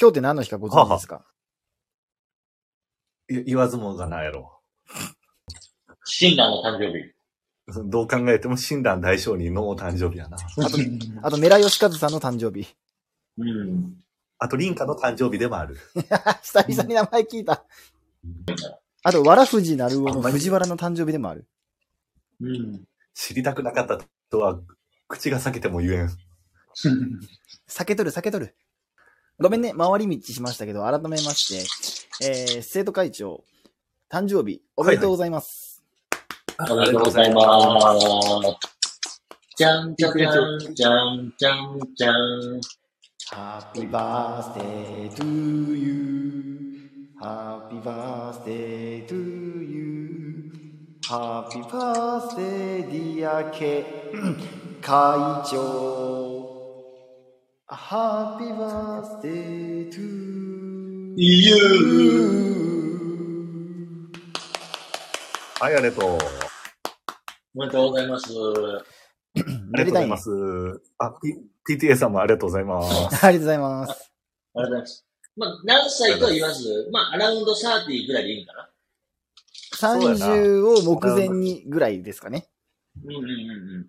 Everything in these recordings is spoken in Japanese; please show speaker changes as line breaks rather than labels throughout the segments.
今日って何の日かご存知ですか
い言わずもがなやろ。
親鸞の誕生日。
どう考えても親鸞大商人のお誕生日やな。
あと、あと、メラヨシカズさんの誕生日。
うん。
あと、林家の誕生日でもある。
久々に名前聞いた。あと、わらふじなるおの藤原の誕生日でもある。
うん。
知りたくなかったとは、口が裂けても言えん。
避けとる、避けとる。ごめんね、回り道しましたけど、改めまして、えー、生徒会長、誕生日、おめでとうございます。
おめでとうございます。じゃんじゃんじゃんじゃんじゃんじゃん。
ハッピーバースデートゥーユー。ハッピーバースデートゥーユー。ハッピーバースデーディア ケ、会長。ハッピーバースデートゥーユー。
はい、ありがとう。
おめでとうございます。
ありがとうございます。あ、P- PTA さんもありがとうございます。
ありがとうございます。
ありがとうございます。まあ、何歳とは言わず、まあ、アラウンド30ぐらいでいいんかな。
うやな
30を目前にぐらいですかね。
うんうんうん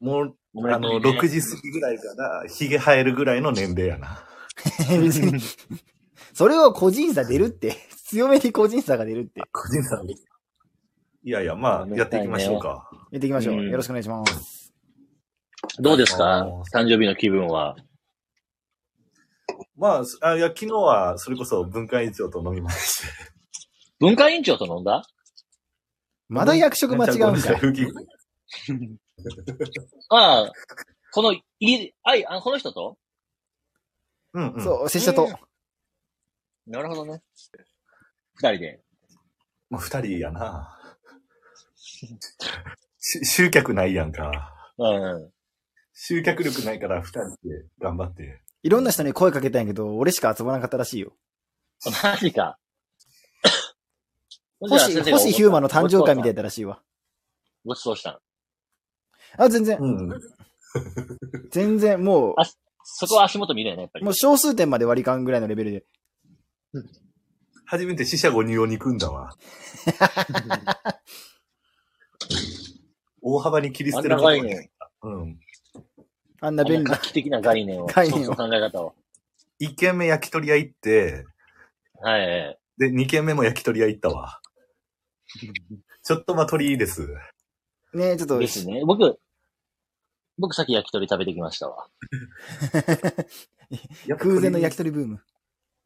もう、
うん。
あの、6時過ぎぐらいかな、髭生えるぐらいの年齢やな。
別に。それを個人差出るって。 強めに個人差が出るって。
個人差いやいや、まあ、やっていきましょうか。
やっていきましょう。
うん
よろしくお願いします。
どうです
あ
か
の
誕生日の気分は。
まあ、あいや、昨日は、それこそ文化委員長と飲みまして。
文化委員長と飲んだ
まだ役職間 違うんかい。
吹き
ああ、この、いい、あい、あこの人と
うん、うん。
そう、拙者と。
なるほどね。二人で。
まあ、二人やな。し集客ないやんか。
うんうん。
集客力ないから二人で頑張って。
いろんな人に声かけたんやけど、俺しか集まらなかったらしいよ。
マジ か。
星、星ヒューマンの誕生会みたい
な。
だらしいわ。
ごちそうしたの。
あ、全然、
うん。
全然、も
あそこは足元見れよね、やっぱ
う、
り
も。う小数点まで割り勘ぐらいのレベルで。
初めて死者五入を憎んだわ。大幅に切り捨
あん
てる
な
ことに
概念、
うん。
あん
あ
なん便
な
利
画。期的な概念を、
概念を
そうそう考え方を。
一軒目焼き鳥屋行って、
はいはい。
で、二軒目も焼き鳥屋行ったわ。ちょっとまあ鳥いいです。
ねちょっと、
ですね。僕、僕さっき焼き鳥食べてきましたわ。
空前の焼き鳥ブーム。